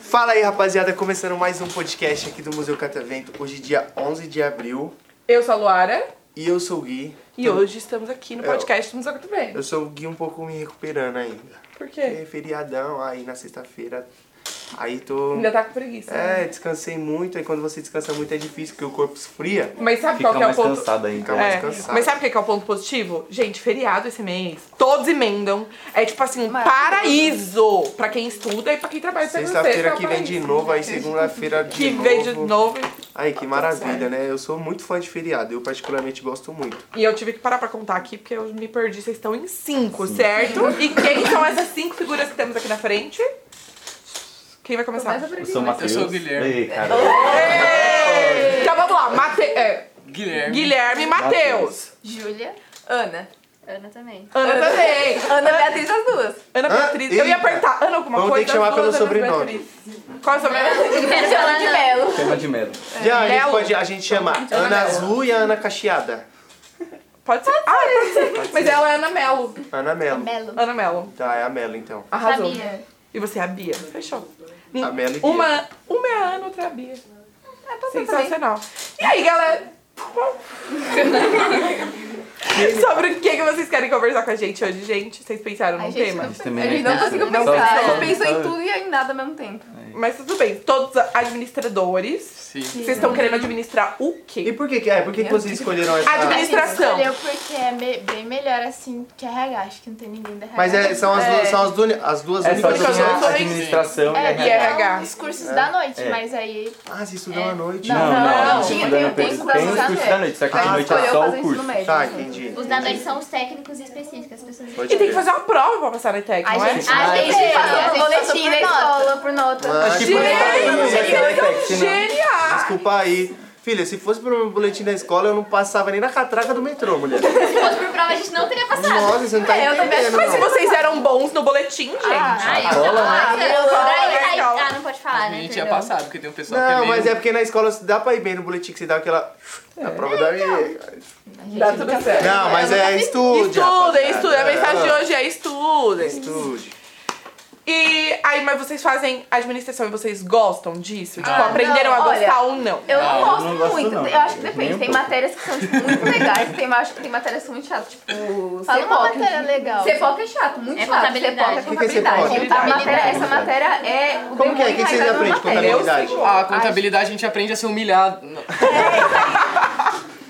Fala aí, rapaziada, começando mais um podcast aqui do Museu Catavento, hoje dia 11 de abril, Eu sou a Luara e eu sou o Gui. e hoje estamos aqui no podcast do Museu Cato Eu sou o Gui um pouco me recuperando ainda. Por quê? É feriadão, aí na sexta-feira, aí tô... Ainda tá com preguiça. né? É, descansei muito, aí quando você descansa muito é difícil, porque o corpo esfria. Mas sabe Fica qual que é o mais ponto? cansado ainda. Fica mais É, cansado. Mas sabe o que é que é o ponto positivo? Gente, feriado esse mês, todos emendam. É tipo assim, um paraíso pra quem estuda e pra quem trabalha segunda e Sexta-feira sexta, que é um vem de paraíso. novo, aí segunda-feira de Que novo. vem de novo. Tá Aí, que maravilha, né? Eu sou muito fã de feriado, eu particularmente gosto muito. E eu tive que parar pra contar aqui, porque eu me perdi. Vocês estão em cinco, certo? E quem são essas cinco figuras que temos aqui na frente? Quem vai começar? Começa por Eu aqui. sou o Matheus. Eu sou o Guilherme. Ei, cara. Então vamos lá, Mate... é, Guilherme. Guilherme e Matheus. Júlia. Ana. Ana também. Ana também. Ana Beatriz as duas. Ana Hã? Beatriz. Eu Eita. ia apertar Ana alguma Vamos ter coisa. que chamar as duas pelo Anas sobrenome. Beatriz. Qual é o sobrenome? Ana Ana de Belo. Chama de Melo. É. Já, a gente Belo. pode a gente chama Então, Ana Azul e a Ana Cacheada. Pode ser. Ah, pode ser. Mas ela é Ana Melo. Ana Melo. Melo. Ana Melo. Tá, é a Melo então. Arrasou. Sabia. E você é a Bia. Fechou. A Melo e Bia. Uma, uma é a Ana, outra é a Bia. É, pode ser também. Sensacional. E aí, galera? Sobre o que, que vocês querem conversar com a gente hoje, gente? Vocês pensaram A num gente tema? não Esse também A gente não pensa. conseguiu Não, pensar. A não, gente pensou não. em tudo e em nada ao mesmo tempo. Mas tudo bem, todos administradores. Sim. Vocês estão querendo administrar o E quê? por que que é? Por que, que vocês escolheram essa? Administração. Escolheu porque é me- bem melhor assim que RH. Acho que não tem ninguém da RH. Mas é- são as duas, É. são as duni- as duas É só únicas. Comunicações. adicionar Comunicações. administração É, e RH. RH. são os cursos da noite, É. mas aí. Ah, se estudam à noite. Não, não, não, a gente tinha- manda tem no o período- curso da Tem os noite. cursos da noite, só Ah, que de a gente noite é escolheu só fazer o isso no curso. médio. Tá, entendi. Os da noite são os técnicos específicos, as pessoas. Pode E tem crer. que fazer uma prova pra passar na técnica, A não é? gente, né? a gente faz um boletim da escola por nota. Ah, Acho que é. tipo, por aí, não vai ter ETEC, senão- Genial! Desculpa aí. Filha, se fosse pro meu boletim da escola, eu não passava nem na catraca do metrô, mulher. Se fosse por prova, a gente não teria passado. Nossa, você não tá É, eu também entendendo, Mas se não. vocês eram bons no boletim, gente. Ah. Ai, Escola, né? nossa, Eu eu- sou Ai, ai, legal. Ah, não pode falar, A né? gente ia perdão. passar, porque tem um pessoal que é Não, meio... mas é porque na escola dá pra ir bem no boletim que você dá aquela... A prova da... Dá tá tudo certo. Não, mas é estude, Estudem, rapaziada. Ah, estudem. A mensagem de hoje é estudem. Estude. E aí, mas vocês fazem administração e vocês gostam disso? Tipo, Ah, aprenderam não, a gostar olha, ou não? Eu não, Ah, eu gosto não gosto muito. não. Eu acho que Nem depende. um Tem pouco. matérias que são tipo, muito legais. Tem, acho que tem matérias que são muito chatas. Tipo, Fala uma CEPOC. matéria legal. CEPOC é chato, muito É chato. CEPOC contabilidade. é O que que é contabilidade. CEPOC? A matéria- Contabilidade. essa matéria é o Como que é? O que que vocês aprendem? Contabilidade? A Ah, contabilidade a gente aprende a ser humilhado. Não.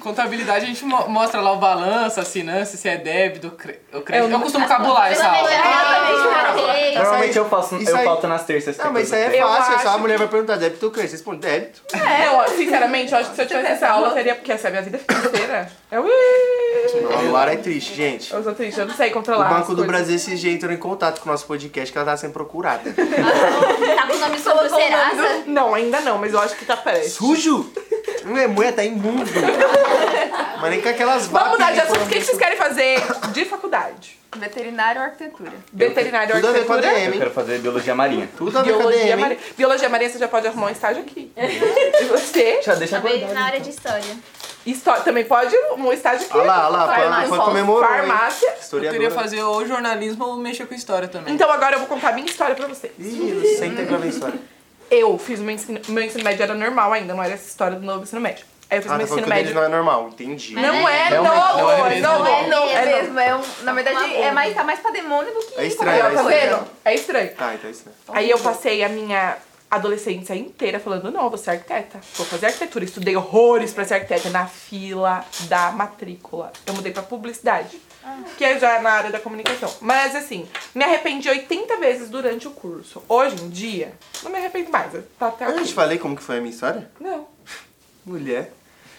contabilidade a gente mo- mostra lá o balanço, as finanças, se é débito, cre- o crédito. Eu, costumo É, cabular essa aula. Ah, Normalmente eu faço, Isso eu aí- falto nas terças. que Não, mas isso aí é Eu fácil, só a acho mulher vai perguntar débito ou crédito. Você responde débito. Não, ó, sinceramente, eu acho que se eu tivesse essa aula, seria porque essa é a minha vida financeira. Eu, Ih, Não, a Luara é triste, gente. eu sou triste, eu não sei O controlar. as Banco do coisas. Brasil esse dia entrou em contato com o nosso podcast que ela tá sendo procurada. Tá com o nome sobre o Serasa? Não, ainda não, mas eu acho que tá perto. Sujo! Não é mulher, tá imundo. Mas nem com aquelas Vamos mudar de de assunto. O que que vocês querem fazer de faculdade? Veterinário ou arquitetura? Veterinário, Tudo a ver com a arquitetura, DM, Eu hein? quero fazer biologia marinha. Tudo a ver com a biologia DM, hein? Uhum. marinha. Biologia marinha, você já pode arrumar um estágio aqui. E você, Deixa, deixa Também guardado. Tá Na área de história. histó- também pode um estágio aqui. Olha lá, olha lá, Farmácia. foi, foi comemorou, hein? Farmácia. Eu Historiadora. queria fazer ou jornalismo ou mexer com história também. Então agora eu vou contar a minha história pra vocês. Ih, senta pra ver a história. Eu fiz o meu ensino, meu ensino médio era normal ainda, não era essa história do novo ensino médio. Aí eu fiz Ah, meu tá falando ensino que o deles médio. não é normal, entendi. Não é Realmente, novo, não é é mesmo. novo, Não é não, É é novo. mesmo, é um, na verdade é mais, tá mais pra demônio do que É estranho, Tá é estranho. vendo? É estranho. Tá, então é estranho. Aí eu passei a minha adolescência inteira falando, não, eu vou ser arquiteta, vou fazer arquitetura. Estudei horrores pra ser arquiteta na fila da matrícula. Eu mudei pra publicidade, que é já na área da comunicação. Mas assim, me arrependi 80 vezes durante o curso. Hoje em dia, não me arrependo mais, tá até Eu não te aqui. falei como que foi a minha história? Não. Mulher.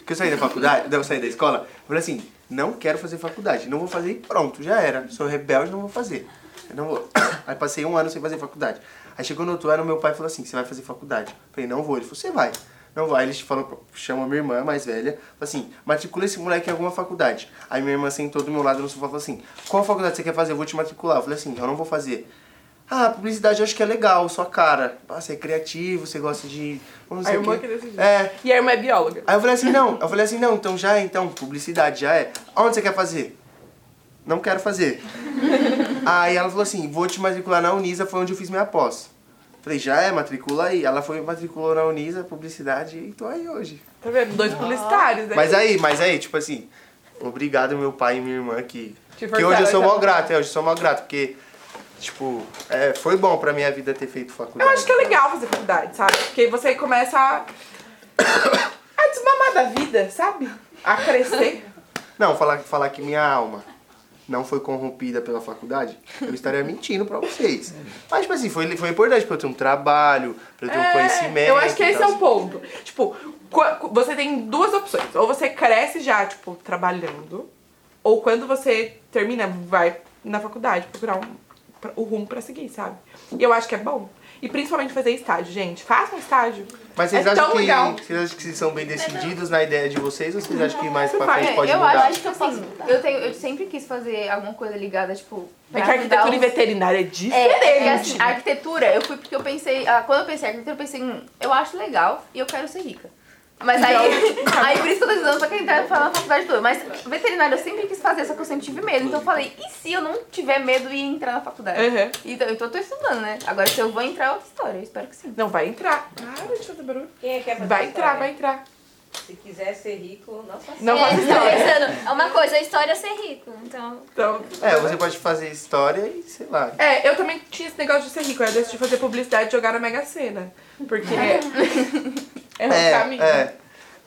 Que eu saí da faculdade, não, eu saí da escola, eu falei assim, não quero fazer faculdade, não vou fazer e pronto, já era. Sou rebelde, não vou fazer. Eu não vou. Aí passei um ano sem fazer faculdade. Aí chegou no outro ano, meu pai falou assim, você vai fazer faculdade. Eu falei, não vou. Ele falou, você vai. Não vai. Ele falou, chama minha irmã mais velha, falou assim, matricula esse moleque em alguma faculdade. Aí minha irmã sentou do meu lado no sofá e falou assim, qual faculdade você quer fazer? Eu vou te matricular. Eu falei assim, eu não vou fazer. Ah, publicidade eu acho que é legal, sua cara. Ah, você é criativo, você gosta de. Vamos A dizer irmã o quê. que decidiu. É. E a irmã é bióloga. Aí eu falei assim, não. Eu falei assim, não, então já é, então, publicidade já é. Onde você quer fazer? Não quero fazer. aí ela falou assim, vou te matricular na Unisa, foi onde eu fiz minha pós. Falei, já é, matricula aí. Ela foi, matriculou na Unisa, publicidade, e tô aí hoje. Tá vendo? Dois publicitários, né? Mas aí, mas aí, tipo assim, obrigado meu pai e minha irmã que. Te Que hoje eu sou fortaleceu. mó grato, é, hoje eu sou mó grato, porque, tipo, é, foi bom pra minha vida ter feito Eu faculdade. acho que é legal fazer faculdade, sabe? Porque você começa a. a desmamar da vida, sabe? A crescer. Não, falar, falar que minha alma não foi corrompida pela faculdade, eu estaria mentindo pra vocês. Mas, tipo assim, foi, foi importante pra eu ter um trabalho, pra eu ter um É, conhecimento. então. Eu acho que e esse é tal. o ponto. Tipo, qua- cu- você tem duas opções. Ou você cresce já, tipo, trabalhando, ou quando você termina, vai na faculdade procurar um- pra- o rumo pra seguir, sabe? E eu acho que é bom. E principalmente fazer estágio, gente. Faça um estágio. Mas vocês, é acham tão que, legal. vocês acham que vocês são bem decididos na ideia de vocês ou vocês acham que mais pra Vai, frente pode É, eu mudar? acho que assim, eu, tenho, eu sempre quis fazer alguma coisa ligada, tipo. É pra que a ajudar arquitetura e os- veterinária é É, diferente. é, que, assim, a arquitetura, eu fui porque eu pensei, ah, quando eu pensei em arquitetura, eu pensei, hum, eu acho legal e eu quero ser rica. Mas aí, aí por isso que eu tô estudando pra quem tá falando na faculdade toda. Mas veterinário eu sempre quis fazer, só que eu sempre tive medo. Então eu falei, e se eu não tiver medo e entrar na faculdade? Uhum. Então, então eu tô estudando, né? Agora se eu vou entrar é outra história, eu espero que sim. Não, vai entrar. Para de fazer barulho. Quem é que é fazer Vai entrar, história? vai entrar. Se quiser ser rico, não faça Não faça história. pensando, é uma coisa, a história é ser rico. Então, Então, É, você pode fazer história e sei lá. É, eu também tinha esse negócio de ser rico. Eu decidi fazer publicidade e jogar na Mega Sena. Porque é, é um caminho. é.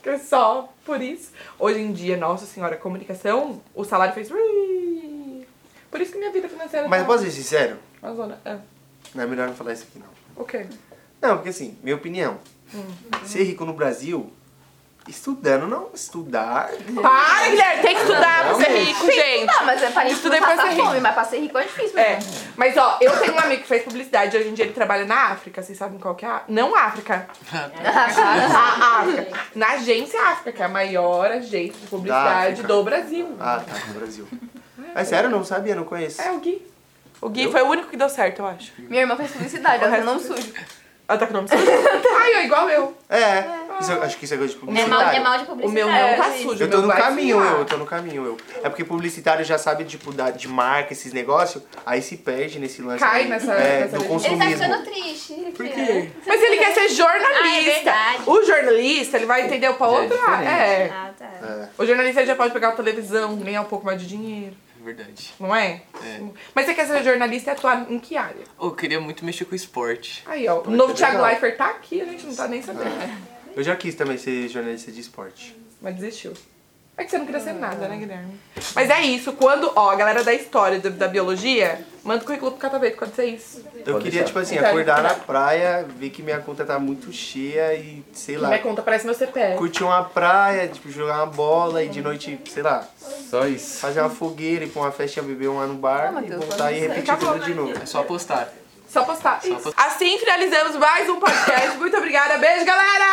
Que é só por isso. Hoje em dia, nossa senhora, comunicação, o salário fez... ui. Por isso que minha vida financeira... Mas tá eu posso ser sincero? uma zona. É. Não é melhor não falar isso aqui, não. O quê? Não, porque assim, minha opinião. Hum. Ser rico no Brasil, estudando não. Estudar. Para, Guilherme! Tem que estudar pra ser rico, gente! Ah, mas é pra gente Estudei não pra passar ser rica. fome, mas pra ser rico é difícil É, mesmo. mas ó, eu tenho um amigo que fez publicidade, hoje em dia ele trabalha na África, vocês sabem qual que é? a- Não África. a África. Na agência África, que é a maior agência de publicidade África. do Brasil. Ah, tá, no Brasil. Mas sério, eu não sabia, não conheço. É o Gui. O Gui foi o único que deu certo, eu acho. Minha irmã fez publicidade, ela tem nome sujo. Ela tá com o nome sujo. Ai, é igual eu. É, isso- acho que isso é coisa de é mal, publicidade. é mal de O publicidade. meu não tá É, sujo. Eu tô meu no vai caminho, suar. eu, eu tô no caminho, eu. É porque publicitário já sabe, tipo, da, de marca, esses negócios, aí se perde nesse lance Cai aí, nessa- é, nessa do legenda. Ele tá consumismo. ficando triste. Por quê? Mas ele quer ser Ah, é jornalista. verdade. o jornalista, ele vai entender pra Já é outra. É, Ah, tá. É. O jornalista ele já pode pegar a televisão, ganhar um pouco mais de dinheiro, Verdade. não é? É. Mas você quer ser jornalista e atuar em que área? Ô, Eu queria muito mexer com esporte. Aí, ó. O novo ser Thiago legal. Leifert tá aqui, a gente não tá nem sabendo. Eu já quis também ser jornalista de esporte. Mas desistiu. É que você não queria ser nada, né, Guilherme? Mas é isso. Quando, ó, a galera da história, da, da biologia, manda o currículo pro catavento quando é isso. Eu Pode queria, deixar. tipo assim, Então, acordar ele- na praia, ver que minha conta tá muito cheia e, sei lá, Minha conta parece meu CPF. curtir uma praia, tipo, jogar uma bola e de noite, sei lá, Só isso. fazer uma fogueira, ir pra uma festinha, beber um lá no bar Ah, Matheus, e voltar faz e isso aí. repetir tudo de novo. É só apostar. Só postar. Só postar. Assim finalizamos mais um podcast. Muito obrigada. Beijo, galera!